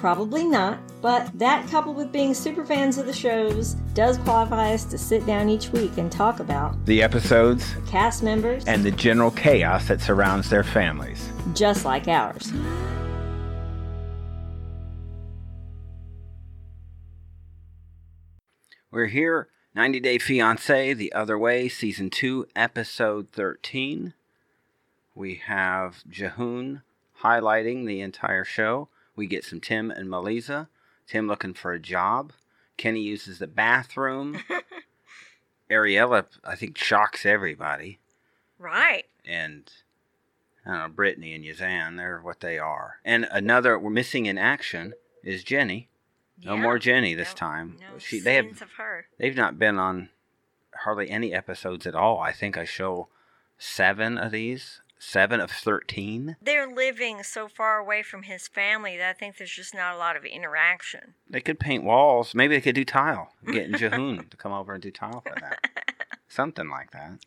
Probably not, but that coupled with being super fans of the shows does qualify us to sit down each week and talk about The episodes cast members and the general chaos that surrounds their families. just like ours. We're here, 90 Day Fiance, The Other Way, Season 2, Episode 13. We have Jahoon highlighting the entire show. We get some Tim and Melisa. Tim looking for a job. Kenny uses the bathroom. Ariella, I think, shocks everybody. Right. And, I don't know, Brittany and Yazan, they're what they are. And another, we're missing in action is Jenny. No Yeah. more Jenny this No- time. No she, they have scenes of her. They've not been on hardly any episodes at all. I think I show seven of these, seven of 13. They're living so far away from his family that I think there's just not a lot of interaction. They could paint walls. Maybe they could do tile. Getting Jahoon to come over and do tile for that. Something like that.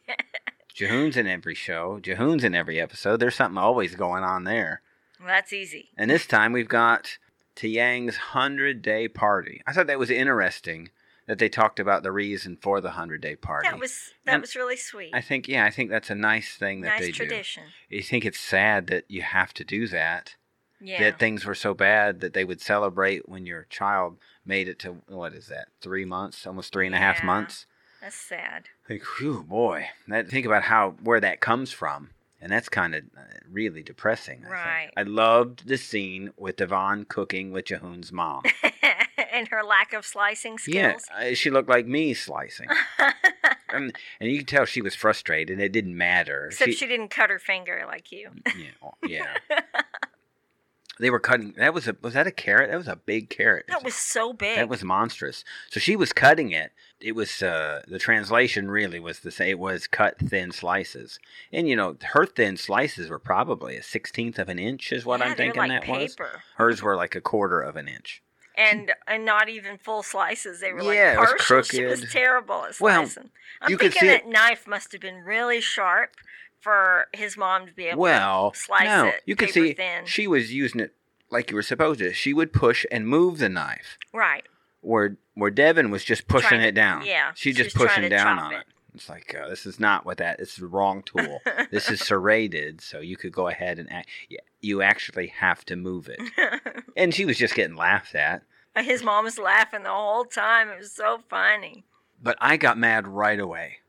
Jahoon's in every show. Jahoon's in every episode. There's something always going on there. Well, that's easy. And this time we've got Tiang's 100 day party. I thought that was interesting that they talked about the reason for the 100 day party. That was that And was really sweet. I think, yeah, I think that's a nice thing that they nice do. tradition. you think it's sad that you have to do that Yeah. that things were so bad that they would celebrate when your child made it to what is that three months almost three and a half Yeah. months that's sad. like whew boy that, think about how where that comes from and that's kind of uh, really depressing I think. Right. i loved the scene with devon cooking with jahoon's mom and her lack of slicing yeah skills. uh, she looked like me slicing and, and you could tell she was frustrated it didn't matter Except she, didn't cut her finger like you. Yeah, oh, yeah. they were cutting. That was a was that a carrot? That was a big carrot. That was so big. that was monstrous. So she was cutting it. It was uh, the translation really was to say it was cut thin slices, and you know her thin slices were probably a sixteenth of an inch is what Yeah, I'm they're thinking like that was. paper. Hers were like a quarter of an inch. And and not even full slices. They were Yeah, like it was partial. She was crooked. terrible at Well, slicing. I'm you could thinking see that it- knife must have been really sharp for his mom to be able Well, to slice no, it. you could paper see thin. she was using it like you were supposed to. She would push and move the knife. right. where where Devin was just pushing Trying to- it down. yeah, she just she was trying pushing to down chop on it. it. It's like uh, this is not what that. It's the wrong tool. this is serrated, so you could go ahead and act, yeah, you actually have to move it. and she was just getting laughed at. His mom was laughing the whole time. It was so funny. But I got mad right away.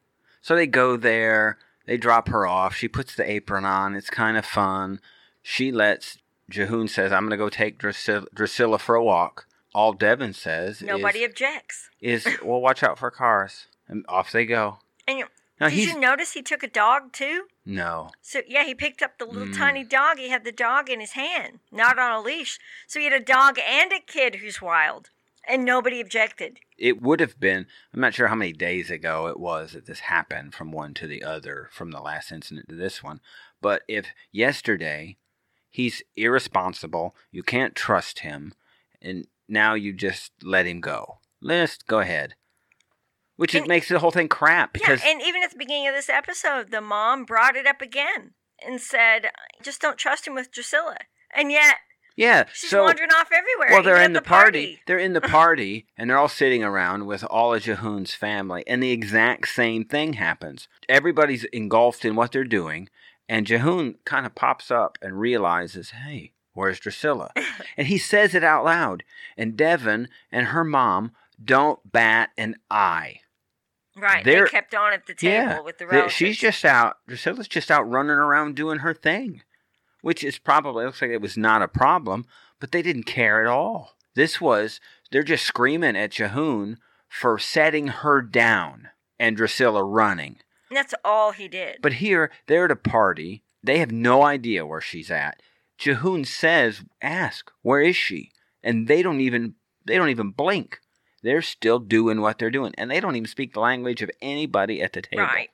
So they go there. They drop her off. She puts the apron on. It's kind of fun. She lets Jahoon says, "I'm gonna go take Drusilla, Drusilla for a walk." All Devin says Nobody is, objects. is well watch out for cars and off they go And you- no did he's you notice he took a dog too? no So yeah, he picked up the little Mm. tiny dog. He had the dog in his hand, not on a leash. So he had a dog and a kid who's wild, and nobody objected. it would have been i'm not sure how many days ago it was that this happened from one to the other from the last incident to this one but if yesterday he's irresponsible you can't trust him and now you just let him go let's go ahead which it And- makes the whole thing crap because yeah, and even at the beginning of this episode, the mom brought it up again and said, "Just don't trust him with Drusilla." And yet yeah, she's so wandering off everywhere. Well, even they're at in the party. They're in the party, and they're all sitting around with all of Jahoon's family, and the exact same thing happens. Everybody's engulfed in what they're doing, and Jahoon kind of pops up and realizes, hey, where's Drusilla? and he says it out loud, and Devin and her mom don't bat an eye. Right. They're- they kept on at the table Yeah, with the Th- relatives. She's just out, Drusilla's just out running around doing her thing, which is probably, looks like it was not a problem, but they didn't care at all. This was, they're just screaming at Jahoon for setting her down and Drusilla running. And that's all he did. But here, they're at a party. They have no idea where she's at. Jahoon says, "Ask, where is she?" And they don't even they don't even blink. They're still doing what they're doing, and they don't even speak the language of anybody at the table. right.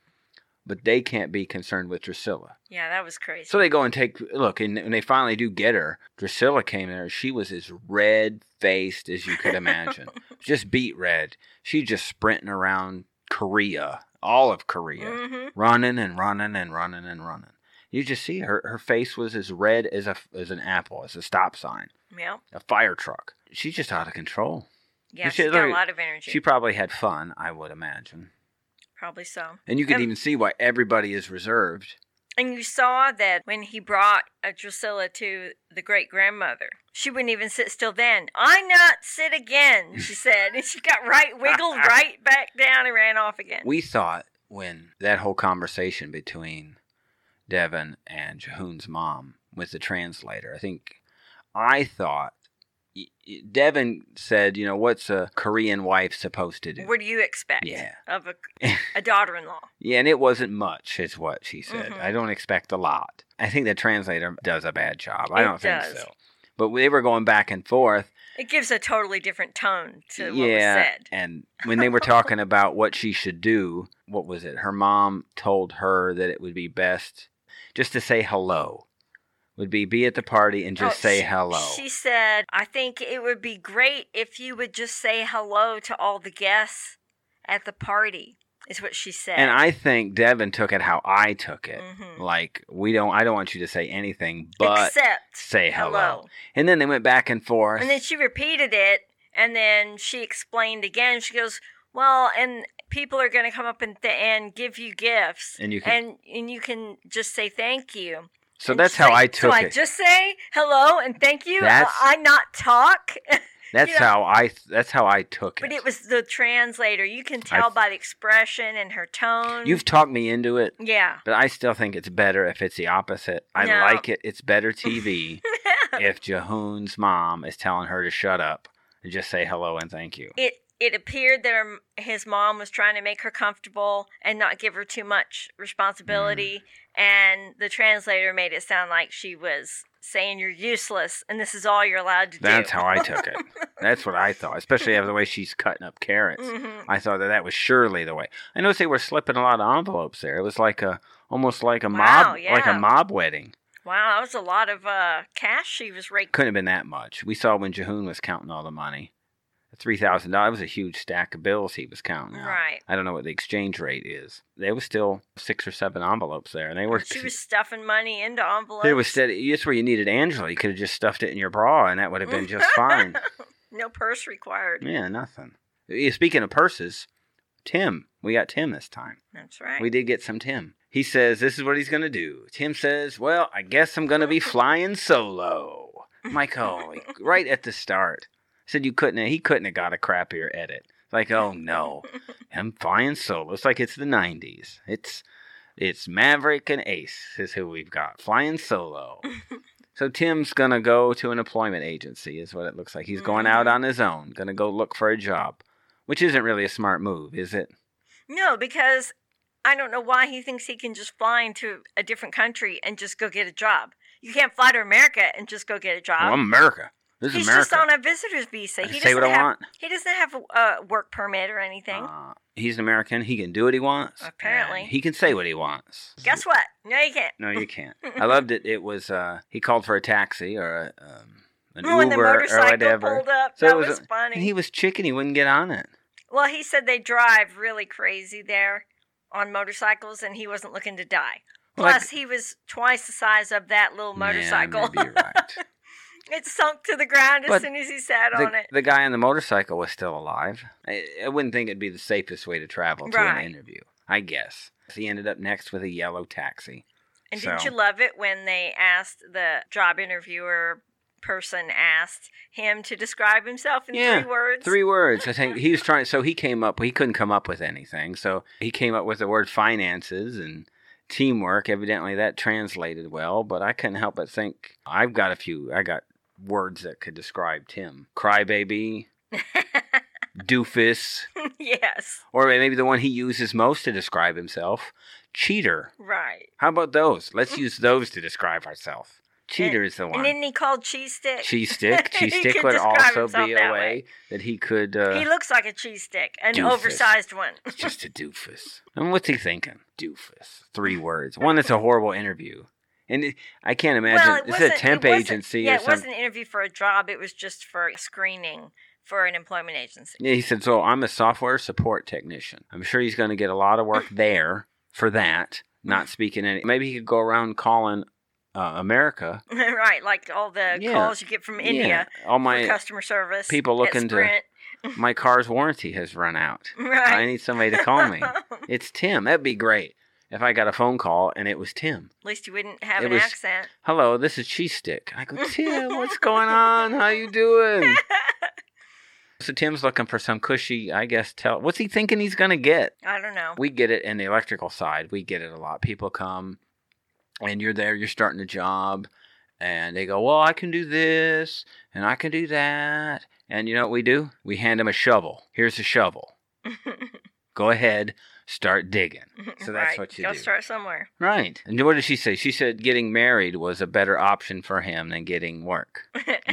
but they can't be concerned with Drusilla. Yeah, that was crazy. So they go and take look, and when they finally do get her, Drusilla came there. She was as red faced as you could imagine, just beat red. She just sprinting around Korea, all of Korea, hmm running and running and running and running. You just see her her face was as red as a as an apple, as a stop sign, Yeah. a fire truck. She's just out of control. Yeah, she- she's got look, a lot of energy. She probably had fun, I would imagine. Probably so. And you can Um, even see why everybody is reserved. And you saw that when he brought uh, Drusilla to the great grandmother, she wouldn't even sit still then. I not sit again, she said. And she got right, wiggled right back down and ran off again. We thought when that whole conversation between Devin and Jahoon's mom with the translator, I think I thought y- y- Devin said, you know, what's a Korean wife supposed to do? what do you expect Yeah. of a, a daughter in law? Yeah, and it wasn't much, is what she said. Mhm. I don't expect a lot. I think the translator does a bad job. I It don't does. think so. But they were going back and forth. It gives a totally different tone to what was yeah, said. and when they were talking about what she should do, what was it? Her mom told her that it would be best just to say hello. Would be be at the party and just Oh, say she- hello. She said, I think it would be great if you would just say hello to all the guests at the party, is what she said. and I think Devin took it how I took it. Mhm. Like we don't, I don't want you to say anything but Except say hello. And then they went back and forth. And then she repeated it, and then she explained again. She goes, "Well, and people are going to come up and th- and give you gifts, And you can- and, and you can just say thank you." so And that's she's how like, I took so it. I just say hello and thank you. uh, That's- I, I not talk, that's you know- how I. That's how I took it. but it was the translator. You can tell by the expression and her tone. You've talked me into it. yeah. But I still think it's better if it's the opposite. I No. like it. It's better TV if Jahoon's mom is telling her to shut up and just say hello and thank you. It it appeared that her, his mom was trying to make her comfortable and not give her too much responsibility, Mm. and the translator made it sound like she was saying you're useless and this is all you're allowed to That's do. how I took it. That's what I thought, especially after the way she's cutting up carrots. Mhm. I thought that that was surely the way. I noticed they were slipping a lot of envelopes there. It was like a almost like a Wow, mob, like a yeah. mob wedding. Wow, that was a lot of uh, cash she was raking. Couldn't have been that much. We saw when Jahoon was counting all the money, three thousand dollars was a huge stack of bills he was counting. out. Right. I don't know what the exchange rate is. There was still six or seven envelopes there, and they were. She was stuffing money into envelopes. It was steady. That's where you needed Angela. You could have just stuffed it in your bra, and that would have been just fine. no purse required. Yeah, nothing. Yeah, Speaking of purses, Tim. We got Tim this time. That's right. We did get some Tim. He says this is what he's gonna do. Tim says, "Well, I guess I'm gonna be flying solo." Michael, right at the start, said you couldn't. He couldn't have got a crappier edit. It's Like, oh no, I'm flying solo. It's like it's the '90s. It's it's Maverick and Ace is who we've got flying solo. So Tim's gonna go to an employment agency, is what it looks like. He's going Mm-hmm. out on his own, gonna go look for a job, which isn't really a smart move, is it? No, because I don't know why he thinks he can just fly into a different country and just go get a job. You can't fly to America and just go get a job. Well, I'm Oh, America. This is Uh, He's America. just on a visitor's visa. I he say what doesn't I have, want. He doesn't have a, a work permit or anything. Uh, he's an American. He can do what he wants. and Apparently. he can say what he wants. Guess what? No, you can't. No, you can't. I loved it. It was uh, he called for a taxi or a, um, an Oh, when the Uber or motorcycle whatever. pulled up, So that it was was, a- funny. And he was chicken. He wouldn't get on it. well, he said they drive really crazy there on motorcycles, and he wasn't looking to die. Well, Plus, he was twice the size of that little Yeah, motorcycle. maybe you're right. it sunk to the ground as But soon as he sat on the, it. the guy on the motorcycle was still alive. I, I wouldn't think it'd be the safest way to travel to Right. an interview. I guess he ended up next with a yellow taxi. And didn't So- you love it when they asked the job interviewer person asked him to describe himself in Yeah, three words? Three words. I think he was trying. So he came up. He couldn't come up with anything. So he came up with the word finances and teamwork. Evidently, that translated well. But I couldn't help but think I've got a few. I got words that could describe Tim. Crybaby, doofus, yes. or maybe the one he uses most to describe himself, cheater. Right. How about those? Let's use those to describe ourselves. Cheater is the Mm. And one. then he called cheese stick. Cheese stick. He Cheese stick could would describe also himself be a that way, way. that he could. Uh, he looks like a cheese stick, an doofus. oversized one. It's just a doofus. I mean, what's he thinking? Doofus. Three words. One that's a horrible interview. And it, I can't imagine. well, it it's wasn't, a temp it wasn't- agency Yeah, or it wasn't something. an interview for a job. It was just for screening for an employment agency. Yeah, he said, So I'm a software support technician. I'm sure he's going to get a lot of work there for that, not speaking any. Maybe he could go around calling uh, America. right, like all the Yeah. calls you get from India Yeah, all for my, customer service. people at looking to- Sprint. my car's warranty has run out. I Right. need somebody to call me. It's Tim. That'd be great if I got a phone call and it was Tim. At least you wouldn't have It an was- accent. Hello, this is Cheese Stick. I go, Tim, what's going on? How you doing? So Tim's looking for some cushy, I guess, tell what's he thinking he's gonna get? I don't know. We get it in the electrical side. We get it a lot. People come and you're there, you're starting a job, and they go, Well, I can do this and I can do that. And you know what we do? We hand them a shovel. Here's a shovel. Go ahead, start digging. So that's right. what you Go do. start somewhere. Right. And what did she say? She said getting married was a better option for him than getting work.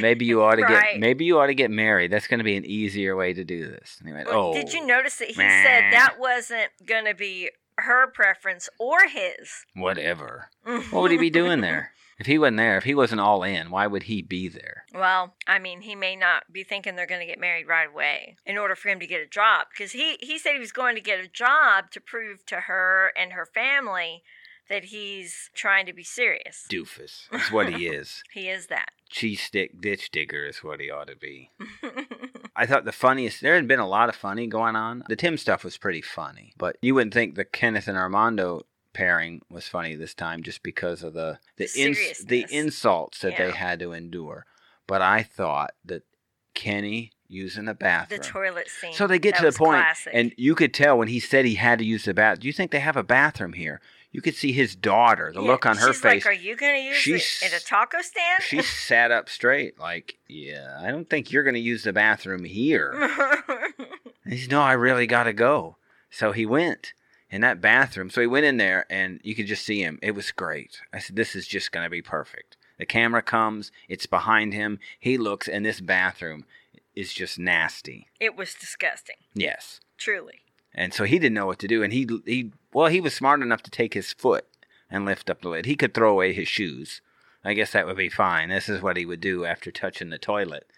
Maybe you ought to Right. get maybe you ought to get married. That's going to be an easier way to do this. And he went, Well, oh, Did you notice that he Meh. said that wasn't going to be her preference or his? whatever. What would he be doing there? If he wasn't there, if he wasn't all in, why would he be there? Well, I mean, he may not be thinking they're going to get married right away in order for him to get a job because he he said he was going to get a job to prove to her and her family that he's trying to be serious. Doofus. That's what he is. He is that. Cheese stick ditch digger is what he ought to be. I thought the funniest, there had been a lot of funny going on. The Tim stuff was pretty funny, but you wouldn't think the Kenneth and Armando pairing was funny this time just because of the the, The ins- the seriousness. insults that they Yeah. had to endure. But I thought that Kenny using the the bathroom. toilet scene. so they get That to the was point, classic. and you could tell when he said he had to use the bath. Do you think they have a bathroom here? You could see his daughter, the Yeah, look on her she's face. Like, are you going to use She's- it at a taco stand? she sat up straight, like, "Yeah, I don't think you're going to use the bathroom here." And he said, No, I really got to go. So he went in that bathroom. So he went in there and you could just see him. It was great. I said, This is just going to be perfect. The camera comes, it's behind him. He looks, and this bathroom is just nasty. it was disgusting, Yes. truly. And so he didn't know what to do. And he, he well, he was smart enough to take his foot and lift up the lid. He could throw away his shoes. I guess that would be fine. This is what he would do after touching the toilet.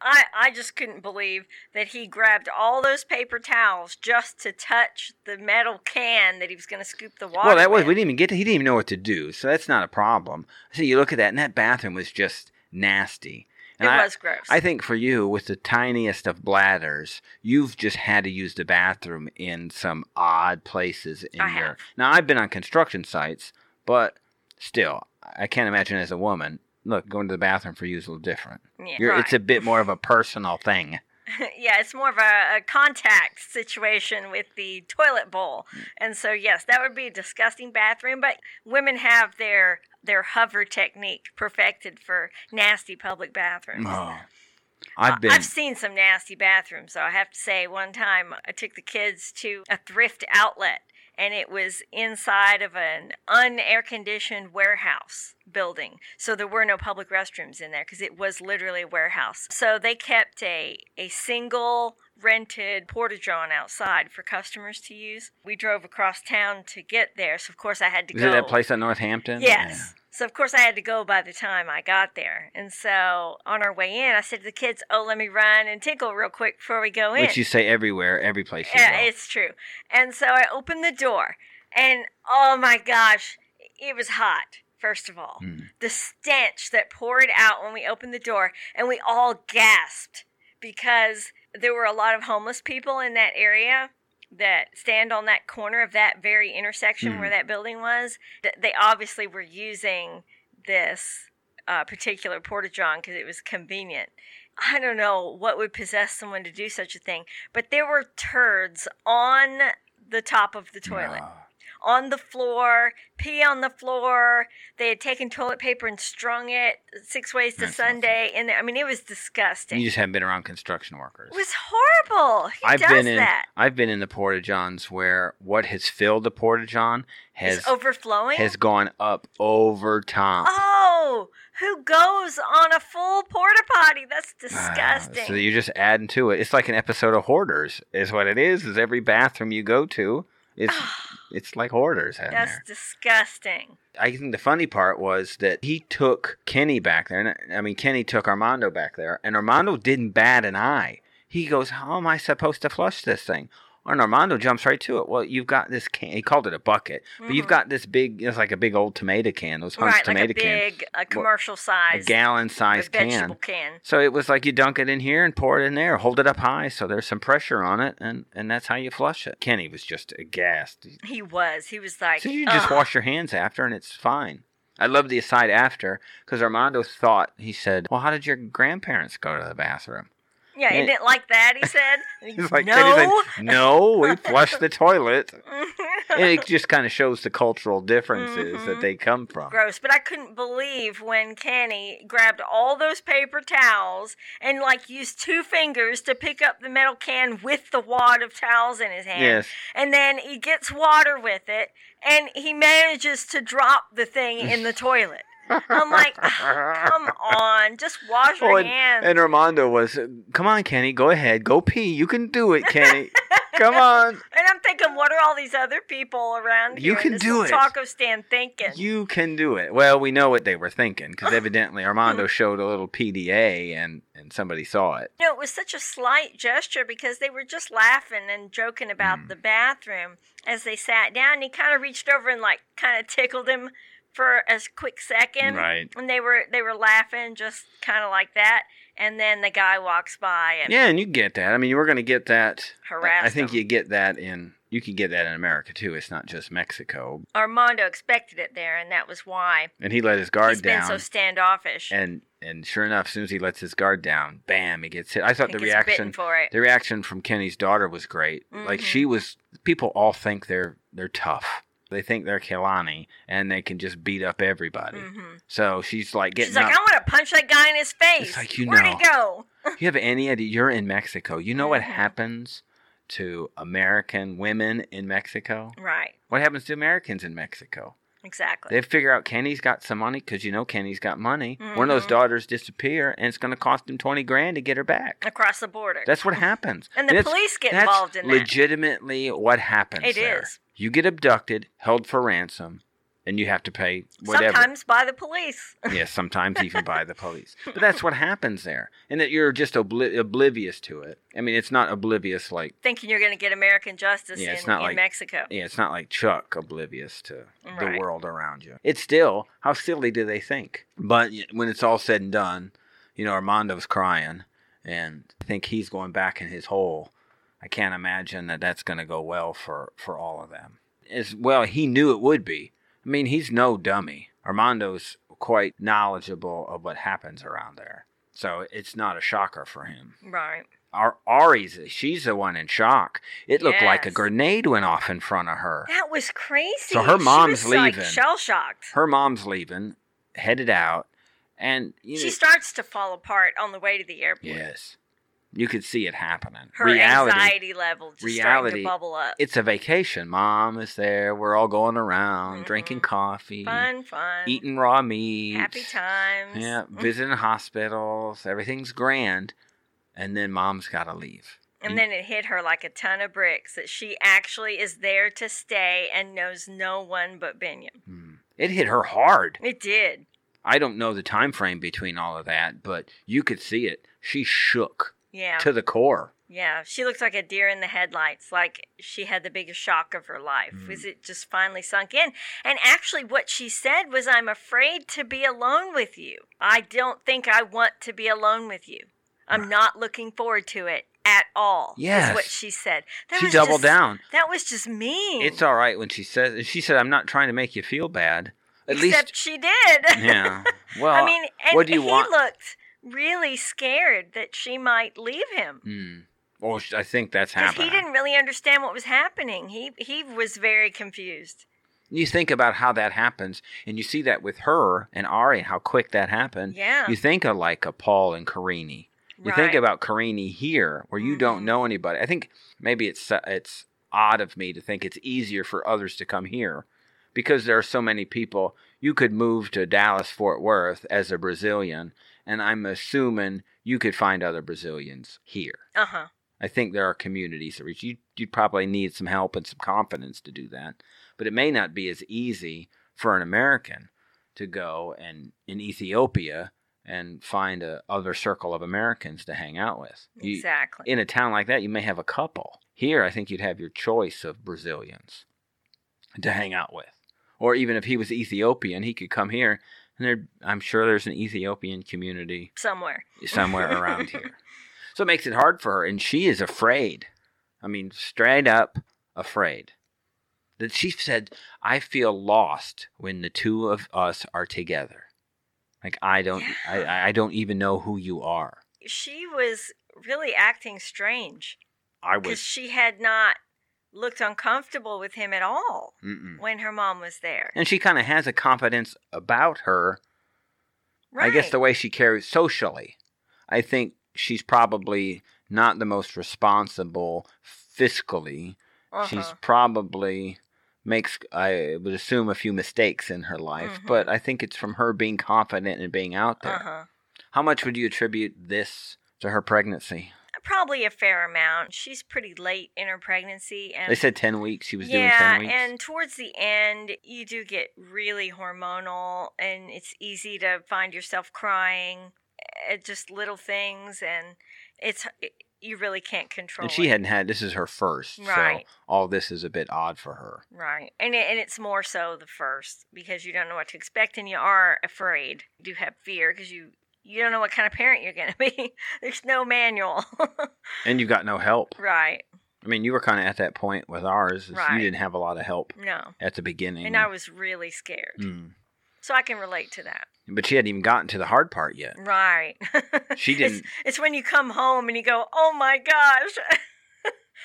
I, I just couldn't believe that he grabbed all those paper towels just to touch the metal can that he was going to scoop the water. Well, that was with. we didn't even get to. He didn't even know what to do, so that's not a problem. So you look at that, and that bathroom was just nasty. And it I, was gross. I think for you, with the tiniest of bladders, you've just had to use the bathroom in some odd places in I your. have. Now I've been on construction sites, but still, I can't imagine as a woman. Look, going to the bathroom for you is a little different. yeah, You're, right. It's a bit more of a personal thing. yeah, it's more of a, a contact situation with the toilet bowl, and so yes, that would be a disgusting bathroom. But women have their their hover technique perfected for nasty public bathrooms. Oh, I've been. I've seen some nasty bathrooms, so I have to say, one time I took the kids to a thrift outlet, and it was inside of an unair conditioned warehouse building. So there were no public restrooms in there because it was literally a warehouse. So they kept a, a single rented porta john outside for customers to use. We drove across town to get there, so of course I had to is go. it that place at Northampton? Yes. So of course I had to go by the time I got there. And so on our way in, I said to the kids, "Oh, let me run and tinkle real quick before we go in." Yeah. Which you say everywhere, every place you yeah, go. it's true. And so I opened the door, and oh my gosh, it was hot. First of all, Mm. the stench that poured out when we opened the door, and we all gasped because there were a lot of homeless people in that area that stand on that corner of that very intersection Mhm. where that building was. Th- They obviously were using this uh, particular porta john because it was convenient. I don't know what would possess someone to do such a thing, but there were turds on the top of the toilet, Ah. on the floor, pee on the floor. They had taken toilet paper and strung it six ways to That's Sunday. And I mean, it was disgusting. You just haven't been around construction workers. it was horrible. Who I've does been in that? I've been in the porta johns where what has filled the porta john has it's overflowing. has gone up over top. oh, who goes on a full porta potty? That's Ah, disgusting. So you're just adding to it. It's like an episode of Hoarders, is what it is. Is every bathroom you go to, it's it's like Hoarders. in That's there. disgusting. I think the funny part was that he took Kenny back there. and- I mean, Kenny took Armando back there, and Armando didn't bat an eye. He goes, "How am I supposed to flush this thing?" And Armando jumps right to it. Well, you've got this can. He called it a bucket, but you've Mhm. got this big. It's like a big old tomato can. Those Hunt's right, like a tomato can, big, a commercial a size, gallon size vegetable can. can. So it was like you dunk it in here and pour it in there, hold it up high so there's some pressure on it, and and that's how you flush it. Kenny was just aghast. He was. He was like, uh, So you just "Ugh." wash your hands after, and it's fine. I love the aside after because Armando thought he said, "Well, how did your grandparents go to the bathroom?" Yeah, he Yeah. didn't like that. He said, He's like, Katie's "No." like, "No, we flushed the toilet." And it just kind of shows the cultural differences that Mhm. they come from. Gross, but I couldn't believe when Kenny grabbed all those paper towels and like used two fingers to pick up the metal can with the wad of towels in his hand. Yes, And then he gets water with it and he manages to drop the thing in the toilet. I'm like, "Ah, come on, just wash your Oh, and, hands. and Armando was, "Come on, Kenny, go ahead, go pee. You can do it, Kenny. come on." And I'm thinking, what are all these other people around You here in can this do it. Taco stand thinking. You can do it. Well, we know what they were thinking because evidently Armando showed a little PDA and, and somebody saw it. No, it was such a slight gesture because they were just laughing and joking about Hmm. the bathroom as they sat down. And he kind of reached over and like kind of tickled him for a s- quick second. Right. And they were they were laughing just kind of like that. And then the guy walks by and Yeah, and you get that. I mean, you were going to get that. I- I Harassed think them. you get that in. You can get that in America too. It's not just Mexico. Armando expected it there, and that was why And he let his guard he's been down. so standoffish. and and sure enough, as soon as he lets his guard down, bam, he gets hit. I I thought think the he's reaction bitten for it. the reaction from Kenny's daughter was great. Like Mhm. she was people all think they're they're tough. They think they're Kelani and they can just beat up everybody. Mhm. So she's like getting She's like, up. I want to punch that guy in his face. like, you Where'd know. he go? You have any idea? You're in Mexico. You know what Mhm. happens to American women in Mexico? Right. What happens to Americans in Mexico? Exactly. They figure out Kenny's got some money because you know Kenny's got money. One of those Mhm. daughters disappear, and it's going to cost him twenty grand to get her back. Across the border. That's what happens. And the that's- police get that's involved in that. Legitimately, what happens? It there. is. You get abducted, held for ransom, and you have to pay whatever. Sometimes by the police. yes, sometimes even by the police. But that's what happens there, and that you're just obli- oblivious to it. I mean, it's not oblivious like Thinking you're going to get American justice Yeah, in, it's not in like- Mexico. yeah, it's not like Chuck oblivious to the Right. world around you. It's still how silly do they think? But y- when it's all said and done, you know Armando's crying, and I think he's going back in his hole. I can't imagine that that's going to go well for for all of them. As well, he knew it would be. I mean, he's no dummy. Armando's quite knowledgeable of what happens around there, so it's not a shocker for him. Right. Ar- Ari's she's the one in shock. It looked like a Yes. grenade went off in front of her. That was crazy. So her mom's she was, like, leaving. shell shocked. Her mom's leaving, headed out, and you She starts to fall apart on the way to the airport. yes, you could see it happening. Her reality, anxiety level just starting reality- to bubble up. it's a vacation. Mom is there. We're all going around, Mhm. drinking coffee, fun, fun. eating raw meat, Happy times. Yeah, visiting hospitals. Everything's grand, and then mom's got to leave. And then it hit her like a ton of bricks that she actually is there to stay and knows no one but Benyon. Hmm. It hit her hard. It did. I don't know the time frame between all of that, but you could see it. She shook Yeah. to the core. Yeah, she looked like a deer in the headlights, like she had the biggest shock of her life. Mm. Was it just finally sunk in? And actually, what she said was, I'm afraid to be alone with you. I don't think I want to be alone with you. I'm not looking forward to it at all. Yes. Is what she said. That she was doubled just- down. That was just mean. It's uh, all right when she says and she said, "I'm not trying to make you feel bad." At Except least, she did. yeah. Well, I mean, and what do you he want? looked really scared that she might leave him. hmm. Well, sh- I think that's Because happening. he didn't really understand what was happening. He he was very confused. You think about how that happens, and you see that with her and Ari, how quick that happened. Yeah. You think of like a Paul and Carini. You think Right. about Carini here, where you Mhm. don't know anybody. I think maybe it's uh, it's odd of me to think it's easier for others to come here because there are so many people. You could move to Dallas, Fort Worth as a Brazilian, and I'm assuming you could find other Brazilians here. Uh huh. I think there are communities that reach you. You'd probably need some help and some confidence to do that, but it may not be as easy for an American to go and in Ethiopia and find a other circle of Americans to hang out with. You- Exactly. in a town like that, you may have a couple. Here, I think you'd have your choice of Brazilians to hang out with, or even if he was Ethiopian, he could come here, and there. I'm sure there's an Ethiopian community Somewhere. somewhere around here. So it makes it hard for her, and she is afraid. I mean, straight up afraid. The chief said, I feel lost when the two of us are together. Like I don't I, I don't even know who you are. She was really acting strange I because was she had not looked uncomfortable with him at all mm-mm. when her mom was there. Hmm. and she kind of has a confidence about her. Right. I guess the way she carries socially. I think she's probably not the most responsible fiscally uh she's probably makes i would assume a few mistakes in her life Mm-hmm. but i think it's from her being confident and being out there Uh huh. how much would you attribute this to her pregnancy Probably a fair amount. She's pretty late in her pregnancy, and they said 10 weeks she was yeah, doing 10 weeks and towards the end, you do get really hormonal, and it's easy to find yourself crying at just little things, and it's eh, you really can't control. and she it. hadn't had this is her first Right. so all this is a bit odd for her right, and it, and it's more so the first because you don't know what to expect, and you are afraid. You do have fear because you you don't know what kind of parent you're going to be. There's no manual, and you got no help right? i mean you were kind of at that point with ours is Right. you didn't have a lot of help No, at the beginning and I was really scared, Mm-hmm. Mm. so I can relate to that. but she hadn't even gotten to the hard part yet Right. She It's- didn't- It's, when you come home and you go, oh my gosh,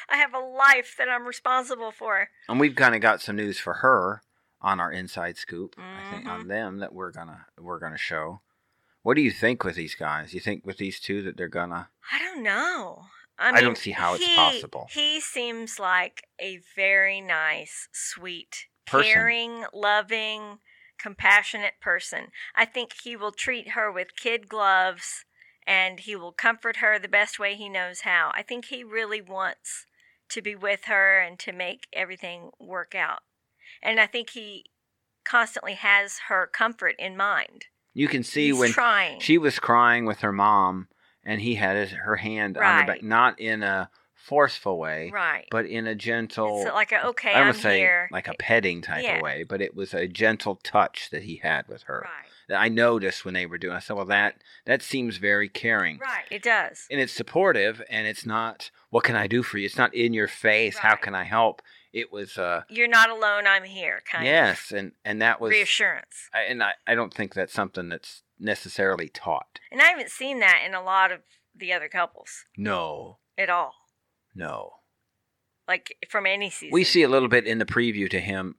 I have a life that I'm responsible for. and we've kind of got some news for her on our inside scoop i think Mm-hmm. on them that we're gonna we're gonna show what do you think with these guys you think with these two that they're gonna I don't know. I, I mean, don't see how it's he- possible. He seems like a very nice, sweet, Person. caring, loving, compassionate person. I think he will treat her with kid gloves and he will comfort her the best way he knows how. I think he really wants to be with her and to make everything work out. And I think he constantly has her comfort in mind. you can see He's when trying. she was crying with her mom and he had his, her hand on her back Right. not in a forceful way right. but in a gentle It's like a okay, i don't I'm wanna say here. like a petting type Yeah. of way but it was a gentle touch that he had with her Right. that i noticed when they were doing i said well that that seems very caring Right. It does. and it's supportive and it's not what can i do for you it's not in your face how Right. can i help it was uh You're not alone, I'm here kind yes and and that of was reassurance. I, and I, I don't think that's something that's necessarily taught And I haven't seen that in a lot of the other couples no at all. no Like from any season. we see a little bit in the preview to him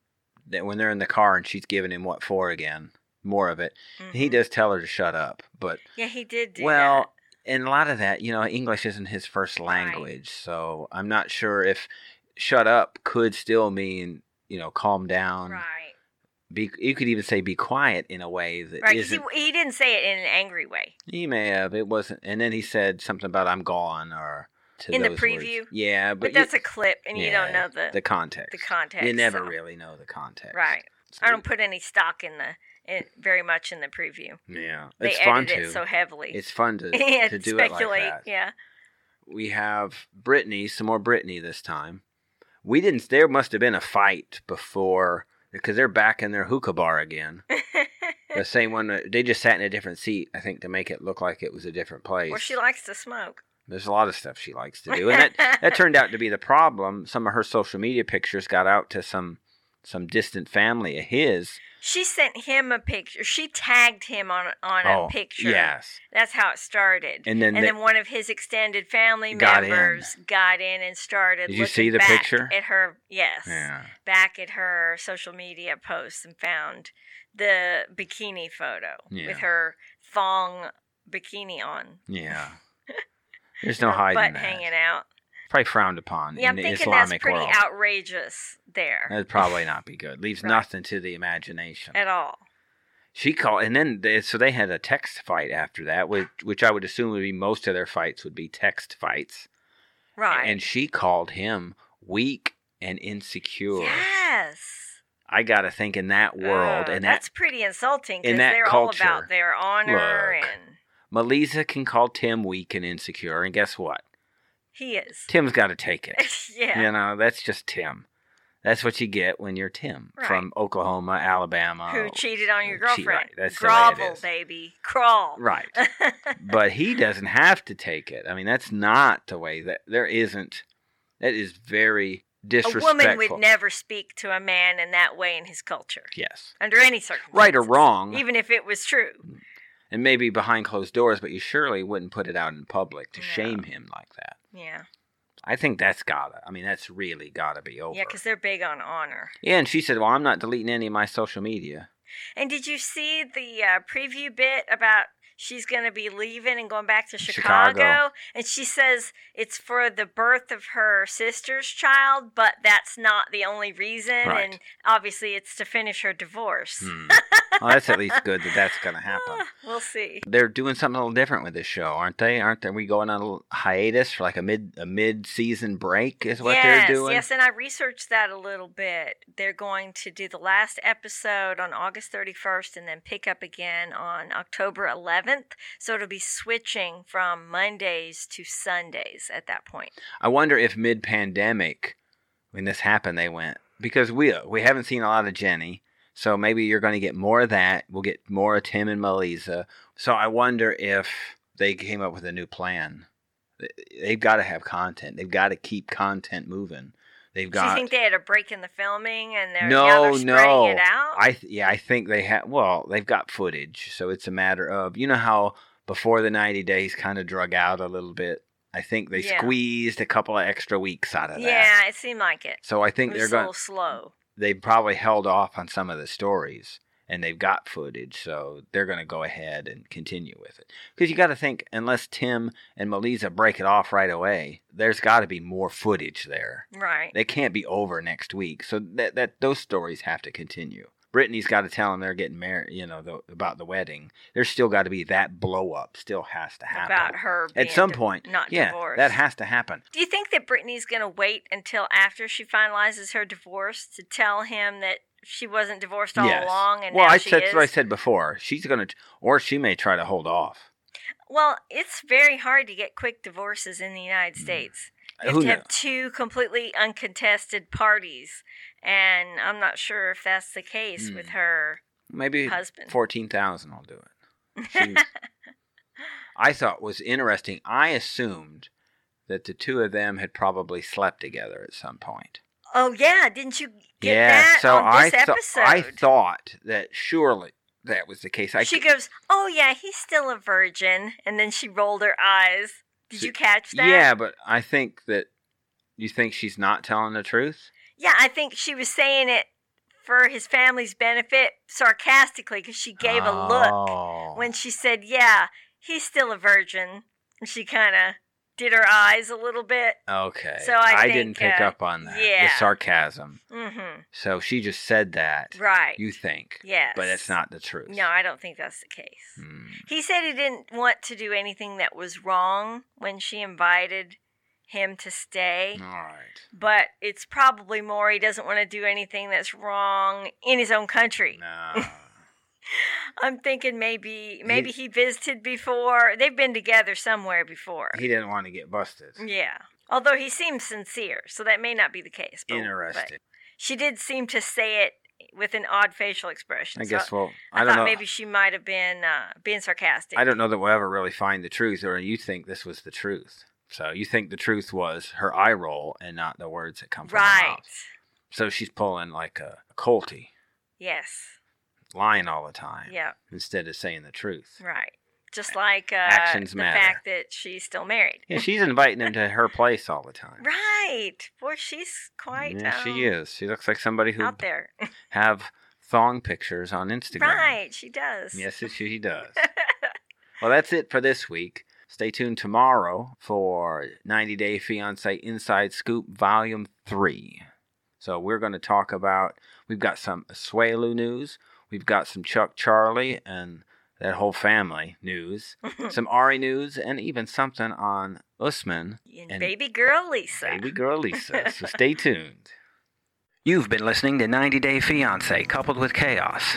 that when they're in the car and she's giving him what for again more of it Mhm. he does tell her to shut up but Yeah, he did do well and a lot of that you know english isn't his first language so i'm not sure if shut up could still mean you know calm that. down Right. be you could even say be quiet in a way that Right. 'cause not He, he didn't say it in an angry way. he, may have it wasn't and then he said something about i'm gone or to In the those words. preview? yeah But, but, you- that's a clip and you yeah, don't know the, the the, context context. you never so- really know the context Right. So I don't put any stock in the in, very much in the preview. yeah They it's edited fun to it so heavily. it's fun to, Yeah, to do it like speculate. that Yeah. we have Brittany, some more Brittany this time. We didn't. There must have been a fight before because they're back in their hookah bar again. the same one. that- They just sat in a different seat, I think, to make it look like it was a different place. Well, she likes to smoke. There's a lot of stuff she likes to do, and that that turned out to be the problem. Some of her social media pictures got out to some some distant family of his. She sent him a picture. She tagged him on on a picture. Yes. That's how it started. Oh, And then and they- then one of his extended family Got in. members got in and started. Did you looking see the back picture? at her? Yes, Yeah. back at her social media posts and found the bikini photo Yeah. with her thong bikini on, Yeah. There's no her hiding butt that. hanging out. Probably frowned upon Yeah, in I'm the thinking Islamic that's pretty world. outrageous there That'd probably not be good. Leaves Right. nothing to the imagination. at all. She called, and then they, so they had a text fight after that, which which I would assume would be most of their fights would be text fights. Right. And she called him weak and insecure. Yes. I got to think in that world, Oh, and that that's pretty insulting because in that they're all culture, about their honor look. and Melissa can call Tim weak and insecure, and guess what? he is. Tim's got to take it. yeah. You know, that's just Tim. That's what you get when you're Tim Right. from Oklahoma, Alabama. Who cheated on your cheat, right, girlfriend? that's the way it Grovel, is. baby, crawl. Right. but he doesn't have to take it. I mean, that's not the way that there isn't. That is very a disrespectful. woman would never speak to a man in that way in his culture, Yes. under any circumstances, Right or wrong, even if it was true. and maybe behind closed doors, but you surely wouldn't put it out in public to No. shame him like that. Yeah, I think that's gotta. I mean, that's really gotta be over. yeah, because they're big on honor. Yeah, and she said, "Well, I'm not deleting any of my social media." And did you see the uh, preview bit about she's going to be leaving and going back to Chicago. Chicago? And she says it's for the birth of her sister's child, but that's not the only reason. Right. And obviously, it's to finish her divorce. Hmm. well, that's at least good that that's gonna happen. Ah, we'll see. They're doing something a little different with this show, aren't they? Aren't they? We going on a little hiatus for like a mid a mid season break is what yes, they're doing. yes, and I researched that a little bit. They're going to do the last episode on August 31st and then pick up again on October 11th. So it'll be switching from Mondays to Sundays at that point. I wonder if mid pandemic, when this happened, they went because we uh, we haven't seen a lot of Jenny, so maybe you're going to get more of that. We'll get more of Tim and Melissa. So I wonder if they came up with a new plan. They- They've got to have content. They've got to keep content moving. They've Do you got. think they had a break in the filming and they're now no, they're spreading no. it out? I th- yeah, I think they have. Well, they've got footage, so it's a matter of you know how before the ninety days kind of drug out a little bit. I think they Yeah. squeezed a couple of extra weeks out of that. yeah, it seemed like it. So I think It they're was a going. little slow. They probably held off on some of the stories, and they've got footage, so they're going to go ahead and continue with it. Because you got to think, unless Tim and Melissa break it off right away, there's got to be more footage there. Right. They can't be over next week, so that that those stories have to continue. Brittany's got to tell them they're getting married, you know, the, about the wedding. There's still got to be that blow up. Still has to happen About her at being some di- point. not yeah, divorced. that has to happen. Do you think that Brittany's going to wait until after she finalizes her divorce to tell him that she wasn't divorced all Yes. along and well, now I she said is? what I said before. She's gonna, or she may try to hold off. Well, it's very hard to get quick divorces in the United States. You Mm. have Who to kno- have two completely uncontested parties, and I'm not sure if that's the case with Hmm. her. Maybe husband. fourteen thousand will do it. She- I thought was interesting. I assumed that the two of them had probably slept together at some point. Oh yeah, didn't you get yeah, that so on I this thought episode? I thought that surely that was the case. I she c- goes, "Oh yeah, he's still a virgin," and then she rolled her eyes. Did She- you catch that? yeah, but I think that you think she's not telling the truth. yeah. I think she was saying it for his family's benefit, sarcastically, because she gave a look Oh. when she said, "Yeah, he's still a virgin." And she kind of did her eyes a little bit. Okay. So I think, didn't pick uh, up on that. The yeah. sarcasm. Mm-hmm. So she just said that. Right. You think. yes. But it's not the truth. No, I don't think that's the case. Hmm. He said he didn't want to do anything that was wrong when she invited him to stay, All right. but it's probably more he doesn't want to do anything that's wrong in his own country. No. I'm thinking maybe maybe he, visited before. They've been together somewhere before. he didn't want to get busted. yeah. oh, Although he seems sincere, so that may not be the case. but- but Interesting. she did seem to say it with an odd facial expression. I so guess well I, I, don't thought know maybe she might have been uh, being sarcastic. I don't know that we'll ever really find the truth or you think this was the truth. So you think the truth was her eye roll and not the words that come from her Right. mouth. So she's pulling like a, a colty, Yes. lying all the time Yeah. instead of saying the truth. Right. Just like uh, Actions the matter. fact that she's still married. Yeah, she's inviting him to her place all the time. Right. Boy, she's quite. Yeah, um, she is. She looks like somebody who out there. have thong pictures on Instagram. Right. She does. Yes, she does. well, that's it for this week. Stay tuned tomorrow for 90 Day Fiancé Inside Scoop Volume 3. So we're going to talk about, we've got some Asuelu news, we've got some Chuck Charlie and that whole family news, Hmm. some Ari news, and even something on Usman And And- baby girl Lisa. Baby girl Lisa. so stay tuned. You've been listening to 90 Day Fiancé Coupled with Chaos.